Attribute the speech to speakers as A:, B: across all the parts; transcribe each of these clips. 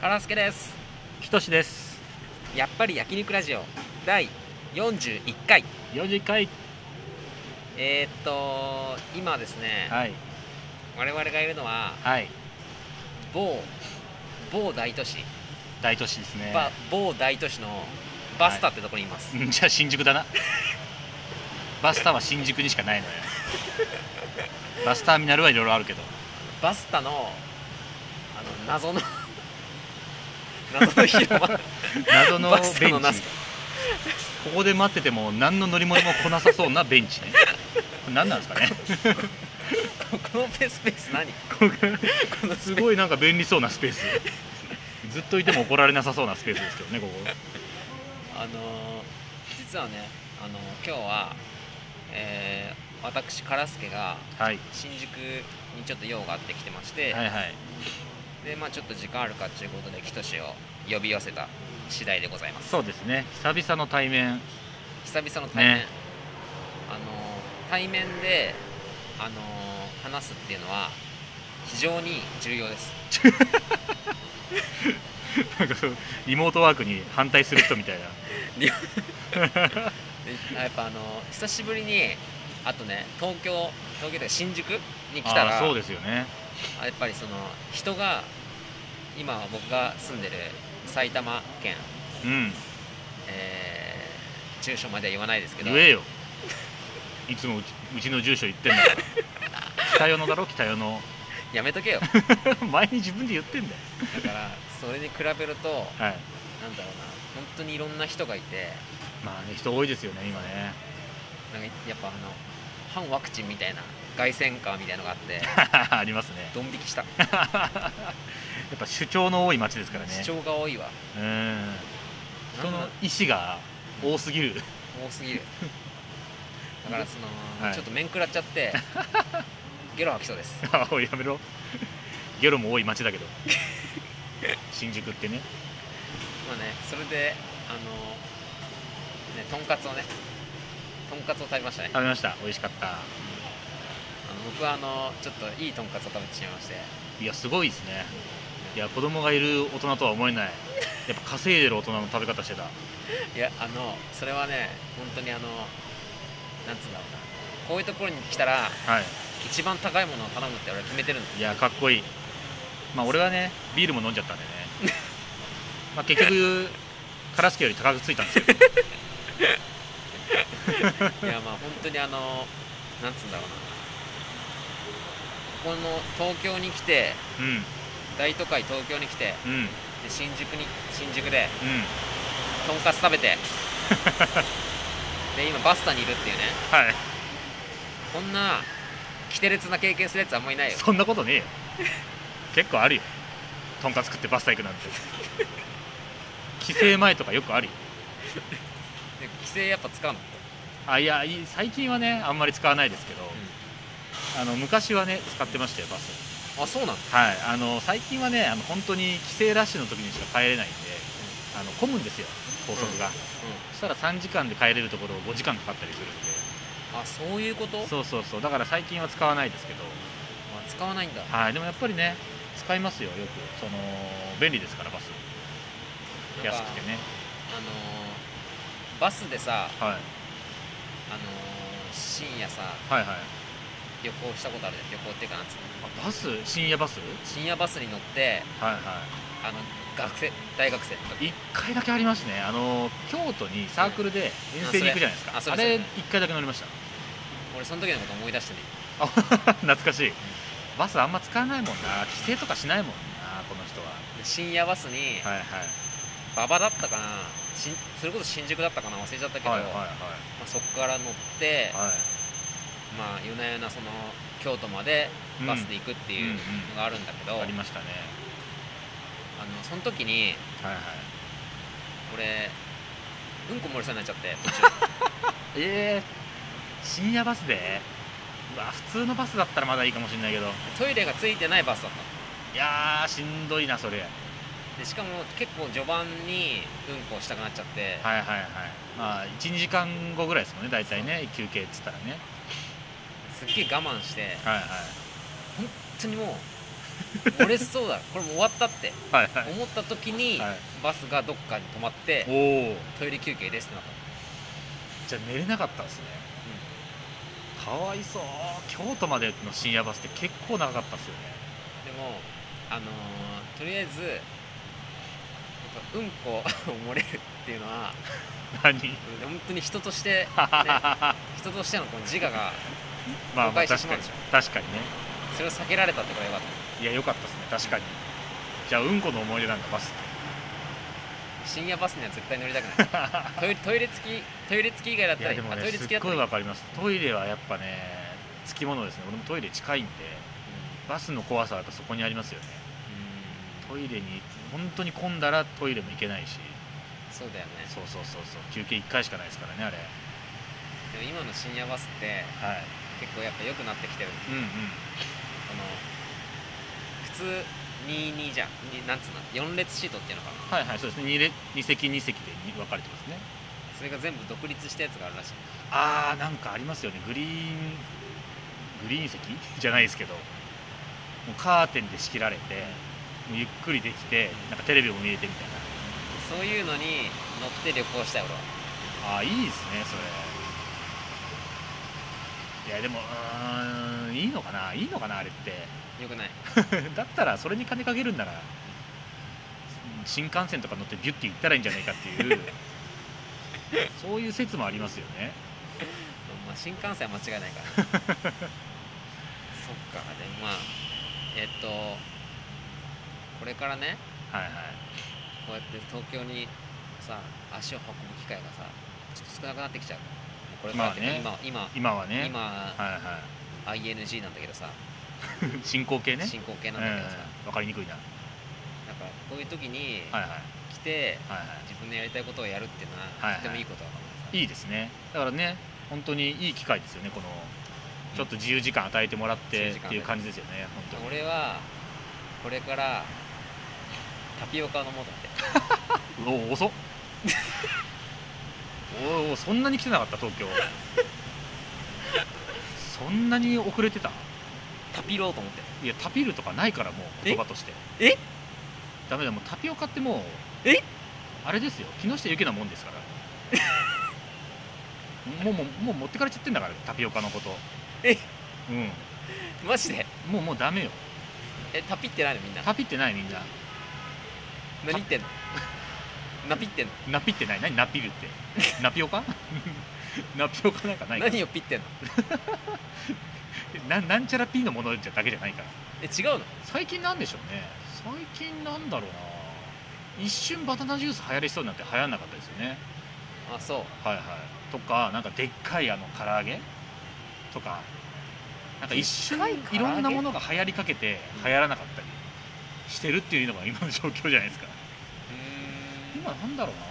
A: 原助です
B: きとしです
A: やっぱり焼肉ラジオ第41回
B: 40回
A: えー、っと今ですね、
B: はい
A: 我々がいるのは
B: はい
A: 某某大都市、
B: 大都市ですね
A: ば某大都市のバスタってとこにいます、
B: うんじゃあ新宿だ なバスタは新宿にしかないのよバスターミナルはいろいろあるけど
A: バスタのあの謎の 謎の広場
B: 謎のベ
A: バ
B: ン
A: ス
B: チ
A: タの謎
B: ここで待ってても何の乗り物も来なさそうなベンチねこれ何なんです かね
A: このペースペース何この
B: す
A: すごい
B: ごいなんか便利そうなスペースずっといても怒られなさそうなスペースですけどねこ
A: あのー実はねあの今日は、えー、私唐助が
B: こ、はい、
A: 新宿にちょっと用があってきてまして、
B: はいはい
A: でまあちょっと時間あるかっていうことでキトシを呼び寄せた次第でございます
B: そうですね久々の対面
A: 久々の対面、
B: ね
A: あのー対面であのー話すっていうのは非常に重要です
B: なんかそうリモートワークに反対する人み たいな
A: でやっぱあのー久しぶりにあとね東京東京というか新宿に来た
B: あ
A: ら
B: あそうですよね
A: やっぱりその人が今僕が住んでる埼玉県、
B: うん
A: えー住所までは言わないですけど
B: 言えよいつもうちうちの住所言ってん だから北与野だろ北与野
A: やめとけよだ
B: 前に自分で言ってんだよ
A: からそれに比べるとなんだろ
B: はい、
A: うな本当にいろんな人がいて
B: まあね人多いですよね今ね
A: なんかやっぱあの反ワクチンみたいな凱旋カーみたいのがあって
B: ありますね
A: ドン引きした
B: やっぱ主張の多い町ですからね
A: 主張が多いわ
B: うん
A: な
B: 人
A: ん
B: の
A: だ
B: 意思が多すぎる
A: 多すぎるだからその、
B: はい
A: ちょっと面食らっちゃってゲロ吐きそうです
B: あおいやめろゲロも多い 町だけど新宿ってね
A: まあね、それで、あのね、とんかつをね、とんかつを食べましたね。あ
B: 食べました美味しかった
A: の僕はあのちょっといいとんかつを食べてしまいまして、
B: いやすごいですねいや子供がいる大人とは思えないやっぱ稼いでる大人の食べ方してた
A: いや、あの、それはね、本当にあの、なんつうんだろうな、こういうところに来たら、
B: はい
A: 一番高いものを頼むって俺は決め てるんです。
B: いやかっこいいまあ俺はねビールも飲んじゃ ったんでねまあ結局カラスケより高くついたんですけど
A: いや、まあ本当にあの、なんつうんだろうな、ここの東京に来て、
B: う
A: 大都会東京に来て、
B: んうんうん
A: で新宿に、新宿で、とんかつ食べ てで今バスタにいるっていうね
B: はい
A: こんなキテレツな経験するやつあんまいないよ
B: そんなことねえよ結構あるよとんかつ食ってバスタ行くなんて帰省前とかよくあるよ
A: で規制やっぱ使うの、
B: あいやい最近はねあんまり使わないですけど、あの昔はね使ってましたよバス
A: あそうなんだ
B: はい、あの最近はねあの本当に帰省ラッシュの時にしか帰れないんで、あの混むんですよ高速が、そしたら3時間で帰れるところを5時間かかったりするん
A: うんあそういうこと、
B: でそうそうそうだから最近は使わないですけど、
A: あ使わないんだ
B: はい、でもやっぱりね使いますよよくその便利ですからバス
A: なんか
B: 安くてね
A: あのーバスでさ、あ
B: はい
A: のー深夜さ
B: はいはい
A: 旅行したことあるじゃん旅行っていうかなんつうの
B: あバス深夜バス
A: 深夜バスに乗って
B: はいは
A: あの学生大学生とか
B: い1回だけありますねあの京都にサークルで遠征に行くじゃないですか、
A: あそれ
B: あ
A: あそれ
B: れ
A: それ
B: 1回だけ乗りました
A: 俺その時のこと思い出してね
B: あ懐かしいバスあんま使わないもんな帰省とかしないもんなこの人は
A: で深夜バスに、
B: はいはい
A: 馬場だったかなしんそれこそ新宿だったかな忘れちゃったけど、
B: はいはい
A: まあ、そこから乗って、
B: はいは
A: まあ、夜な夜なその京都まで
B: い
A: バスで
B: 行
A: 行くっていうのがあるんだけど、
B: ありましたね
A: あのその時に
B: はいはい
A: 俺うんこ漏れそうになっちゃって途中
B: ええ深夜バスでうわ普通のバスだったらまだいいかもしれないけど
A: トイレがついてないバスだったの
B: いやーしんどいなそれはい
A: でしかも結構序盤にうんこしたくなっちゃって、
B: はいはいまあ12時間後ぐらいですもんね大体ね休憩っつったらね
A: すっげえ我慢して
B: はいはい
A: 本当にもう折れそうだ これもう終わったって
B: はいはい
A: 思った時に、
B: はい
A: バスがどっかに止まって
B: おお
A: トイレ休憩ですってなったの
B: じゃあ寝れなかったんですねかわいそう京都までの深夜バスって結構長かったですよね
A: でもあのーとりあえずやっぱうんこを漏れるっていうのは
B: 何、
A: 本当に人として、ね
B: ま
A: 人としてのこの自我が
B: あ
A: 誤
B: まあ
A: 解してし
B: 確
A: ま
B: か
A: う
B: に
A: でしょ
B: 確かにね
A: それを避けられたってことがよかっ
B: いや良かったですね確かにじゃあうんこの思い出なんだバス
A: た深夜バスには絶対乗りたくないトイ レトイレ付きトイレ付き以外だっ
B: い
A: た
B: や
A: ら
B: でも
A: あト
B: ね
A: イレ
B: す
A: 付きだ
B: っ
A: ったらい
B: ごい
A: い
B: わかりますトイレはやっぱねつきものですね俺もトイレ近いんでバスの怖さはやっぱそこにありますよね
A: うん
B: トイレに本当に混んだらトイレも行けないし
A: そうだよね
B: そうそうそうそう休憩1回しかないですからねあれ
A: でも今の深夜バスって
B: はい
A: 結構やっぱ良くなってきてる
B: うんうん
A: この普通22じゃんになんつうの4列シートっていうのかな
B: はいはいそうですね 2, 2席2席でに分かれてますね
A: それが全部独立したやつがあるらしい
B: あーなんかありますよねグリーングリーン席 じゃないですけどもうカーテンで仕切られてもうゆっくりできてなんかテレビも見えてみたい
A: そういうのに乗って旅行したい俺は
B: なあーいいですねそれいやでもうーんいいのかないいのかなあれって
A: よくない
B: だったらそれに金かけるんなら新幹線とか乗ってビュッて行ったらいいんじゃないかっていうそういう説もありますよね
A: まあ、新幹線は間違いないから そっかでもまあえっとこれからね
B: はいはい
A: こうやって東京にさ足を運ぶ機会がさちょっと少なくなってきちゃうこれからっていうか
B: ま
A: 今
B: 今は
A: 今
B: ね
A: 今、
B: はいはい
A: ING なんだけどさ
B: 進行形ね
A: 進行形なんだけどさ、
B: うん、分かりにくいな、はい
A: なんかこういう時に
B: はい
A: 来て、
B: はいは
A: 自分のやりたいことをやるっていうのは、
B: はいはい
A: とてもいいことだと思う
B: い、いいですねだからね本当にいい機会ですよねこのちょっと自由時間与えてもらって
A: 自由時
B: っ
A: 間
B: ていう感じですよね本当に
A: 俺はこれからタピオカを飲もうと思って
B: おお遅っ おーおそんなに来てなかった東京そんなに遅れてた
A: タピろうと思って
B: いやタピルとかないからもう言葉として
A: え
B: ダメだもうタピオカってもう
A: え
B: あれですよ木下ゆきなもんですから もうもうもう持ってかれちゃってんだからタピオカのこと
A: え
B: うん
A: マジで
B: もうもうダメよ
A: えタピってないのみんな
B: タピってないみんな
A: 何言ってんのナピってんの
B: ナピってない何ナピルって ナピオカナピオカ なんかないから
A: 何をピってんの
B: ななんちゃらピーのものじゃだけじゃないから
A: え違うの
B: 最近なんでしょうね最近なんだろうな一瞬バナナジュース流行りそうになって流行んなかったですよね
A: あそう
B: はいはいとかなんかでっかいあの唐揚げとかなんか一瞬
A: でっかい
B: い
A: 唐揚げ
B: ろんなものが流行りかけて
A: うん
B: 流行らなかったりしてるっていうのが今の状況じゃないですか
A: うーん
B: 今なんだろうな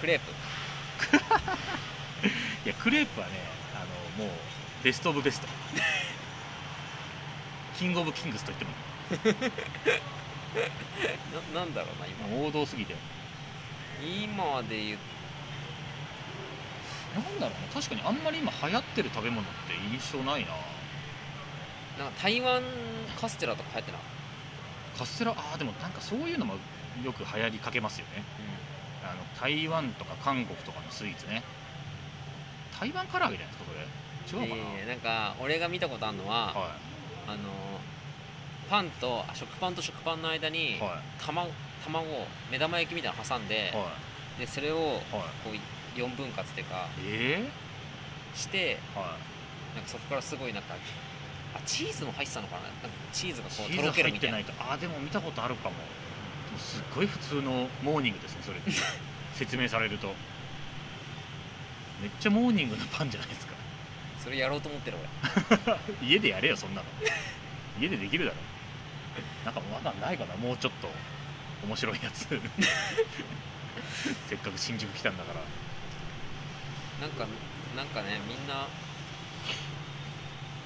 A: クレープ
B: いやクレープはねあのもうベスト・オブ・ベ ストキング・オブ・キングスと言っても
A: ななんだろうな今
B: いいもう王道すぎて
A: 今で言う
B: なんだろうな確かにあんまり今流行ってる食べ物って印象ないな
A: なんか台湾カステラとか流行ってなかっ
B: カステラあーでもなんかそういうのもよく流行りかけますよね
A: た
B: あの台湾とか韓国とかのスイーツね台湾唐揚げじゃないですかそれ違うかな、
A: えーなんか俺が見たことあるのは、
B: は
A: あのパンとあ食パンと食パンの間に
B: いはい
A: 卵卵を目玉焼きみたいなの挟んで,、
B: はい
A: でそれを
B: はい
A: こう4分割っていうか
B: え
A: して
B: ー、はい
A: なんかそこからすごいなんかあチーズも入ってたのかななんかチーズが
B: チ
A: こうと
B: ー
A: ろ
B: ズ
A: ける
B: 入
A: み
B: っ
A: た
B: て
A: いな
B: ないとあーでも見たことあるかもでもすっごい普通のモーニングですねそれって 説明されるとめっちゃモーニングのパンじゃないですか
A: それやろうと思ってる俺
B: 家でやれよそんなの家でできるだろなんかまだないかなもうちょっと面白いや つせっかく新宿来たんだから
A: なんかなんかねみんな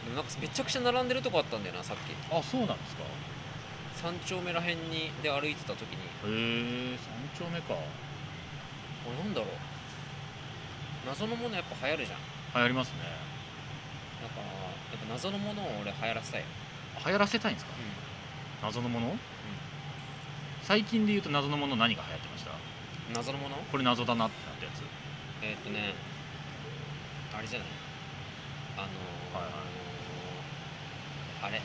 A: でもなんかめちゃくちゃ並んでるとこあったんだよなさっき
B: あそうなんですかへ
A: 三丁目らへんにで歩いてた時に
B: え三丁目か
A: これなんだろう謎のものやっぱ流行るじゃん
B: 流行りますね
A: だからやっぱ謎のものを俺流行らせたいよ
B: あ流行らせたいんですか
A: うん
B: 謎のもの、最近で言うと謎のもの何が流行ってました
A: 謎のもの
B: これ謎だなってなったやつ
A: えーっとねあれじゃないあのー
B: はいは
A: あれ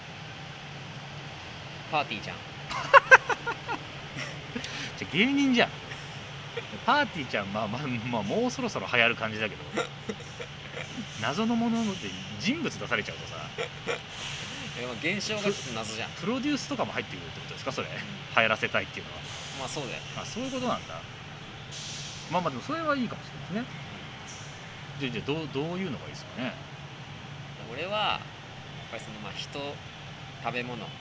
A: パーティーじゃん
B: じゃあ芸人 じゃんパーティーちゃんまあまあ、まあ、もうそろそろ流行る感じだけど謎のものって人物出されちゃうとさ
A: でも現象がちょっと謎じゃん
B: プロデュースとかも入ってくるってことですかそれ流行らせたいっていうのは
A: まあそうだよ
B: あそういうことなんだまあまあでもそれはいいかもしれないですねじゃあじゃあどうどういうのがいいですかね
A: 俺はやっぱりそのまあ人食べ物、
B: はい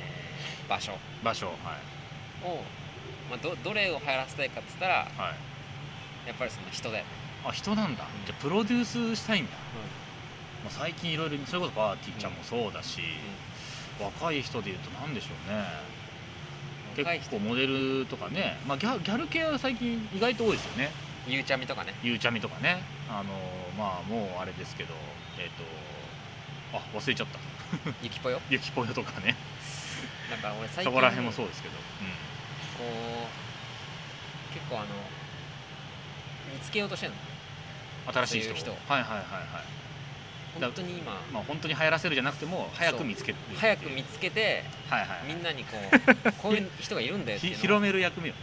A: えー場所を、
B: 場所はい
A: まあ、どどれを流行らせたいかって言ったらや
B: はい
A: っぱりその人だよ、
B: あ人なんだじゃあプロデュースしたいんだ
A: う
B: まあ最近いろいろそれこそパーティーちゃんもそうだし、若い人でいうと何でしょうね
A: ん、若い
B: 結
A: 人
B: 構モデルとかね、まあ、ギャギャル系は最近意外と多いですよね
A: ゆうちゃみと かね
B: ゆうちゃみとかねあのまあもうあれですけどえっ、とあ忘れちゃった
A: ゆきぽよ
B: ゆきぽよとかね
A: だから俺最
B: そ
A: 近
B: こら辺もそう
A: こ
B: ですけど、
A: う結構あの見つけようとしてるの
B: うん、新しい人
A: そういう人
B: はいはいはいはいだ
A: 本当に今、
B: まあ本当に流行らせるじゃなくても早く見つける
A: 早く見つけて
B: はいはい
A: みんなにこ うこういう人がいるんだよって
B: ひ
A: いうのを
B: 広める役目をね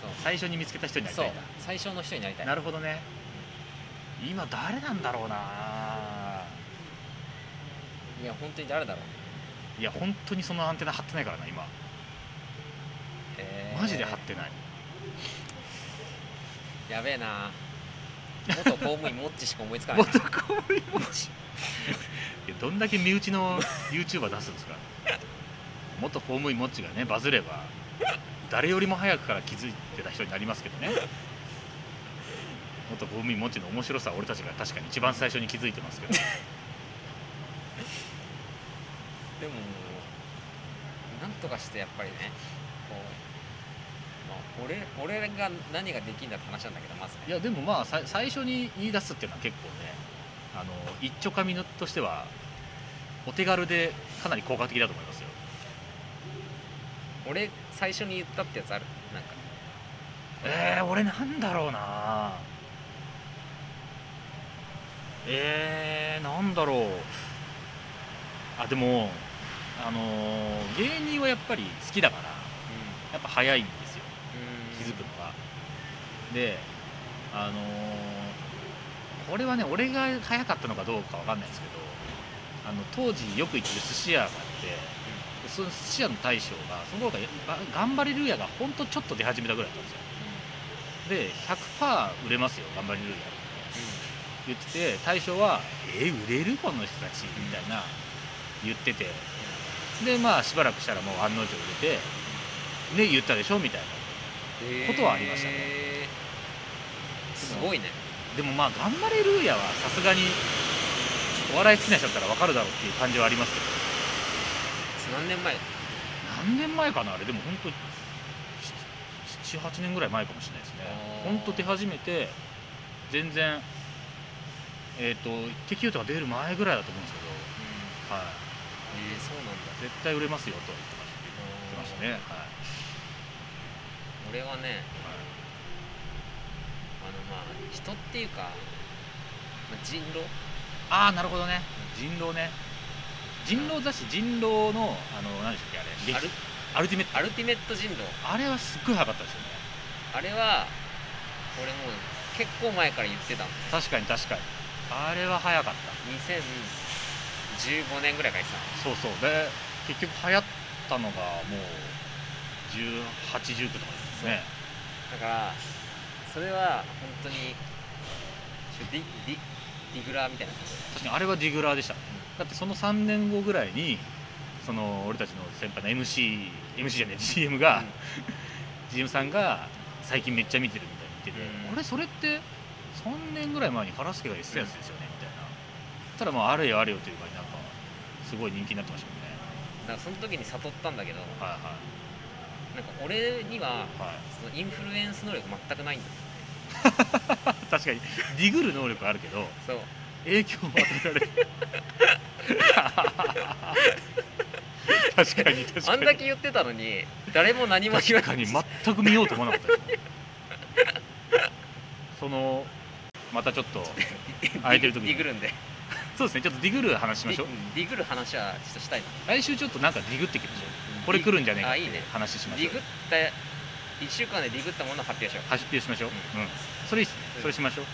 A: そう
B: 最初に見つけた人になり
A: そ
B: た
A: う
B: いんだ
A: 最初の人になりたい
B: なるほどね今誰なんだろうない
A: や本当に誰だろう、
B: いや本当にそのアンテナ張ってないからな今
A: えー
B: マジで張ってない
A: やべえな元公務員もっちしか思いつかない
B: 元公務員持ちいやどんだけ身内の YouTuber 出すんですか元公務員もっちがねバズれば誰よりも早くから気づいてた人になりますけど ね元公務員もっちの面白さは俺たちが確かに一番最初に気づいてますけど
A: でもなんとかしてやっぱりねこう、まあ、俺俺が何ができるんだって話なんだけどまず
B: い
A: ね
B: やでもまあさ最初に言い出すっていうのは結構ねあの一丁紙のとしてはお手軽でかなり効果的だと思いますよ
A: 俺最初に言ったってやつあるなんか
B: えー、俺なんだろうなえー、なんだろうあでもあのー芸人はやっぱり好きだから
A: う
B: やっぱ早いんですよ
A: ん
B: 気づくのがであのーこれはね俺が早かったのかどうかわかんないですけどあの当時よく行ってる寿司屋があってでその寿司屋の大将がその頃からば頑張れるやがほんとちょっと出始めたぐらいだったんですよで100%売れますよ頑張れるや言ってて大将は「え売れるこの人たち」みたいな言っててでまあしばらくしたらもう案の定売れてね言ったでしょみたいな
A: うんうんうん
B: ことはありましたね
A: へーすごいね
B: でもまあ頑張れルーヤはさすがにお笑い好きな人だったら分かるだろうっていう感じはありますけど
A: 何年前
B: 何年前かなあれでも本当78年ぐらい前かもしれないですね
A: あー
B: 本当出始めて全然えっ、と「テキューとか出る前ぐらいだと思うんですけど、はい、
A: えー、そうなんだ
B: 絶対売れますよとは言ってましたね、はい
A: 俺はね
B: は
A: あのまあ人っていうか、まあ、人狼
B: い、ああなるほどね人狼ね人狼だし人狼のあの何でしたっけあれ
A: アル
B: アルティメット
A: アルティメット人狼
B: あれはすっごい早かったですよね
A: あれは俺もう結構前から言ってたの
B: 確かに確かにあれは早かっ
A: 2015年ぐらいから言ってたの
B: たそうそうで結局流行ったのがもう1819とかですね
A: だからそれは本当にディディディグラーみたいな感じ
B: 確かにあれはディグラーでしただってその3年後ぐらいにその俺たちの先輩の MCMC じゃねえ GM が、
A: うん
B: GM さんが最近めっちゃ見てるみたいに言ってて、
A: うん
B: あれそれって3年ぐらい前に原助が言ってたやつですよね、みたいなただまああれよあれよというかになんかすごい人気になってましたもんね
A: だからその時に悟ったんだけど
B: はいは
A: なんか俺にはい
B: はい
A: そのインフルエンス能力全くないんだ
B: 確かにディグる能力あるけど
A: そう
B: 影響を与えられるあ確かに確かに
A: あんだけ言ってたのに誰も何も言わ
B: 確
A: な
B: か
A: い
B: に全く見ようと思わなかったですねそのまたちょっと空いてる時
A: ディ
B: に
A: グるんで
B: そうですねちょっとディグる話しましょう
A: ディディグる話はちょっとしたいな
B: 来週ちょっとなんかディグってきましょうこれ来るんじゃねえかっ
A: あいい
B: て
A: ね
B: 話しま
A: デ
B: し
A: ィ
B: ょう
A: グった1週間でディグったものを発表しよう
B: 発表しましょう、うん、それいいっすねそれしましょう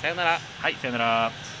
A: さよなら
B: はいさよなら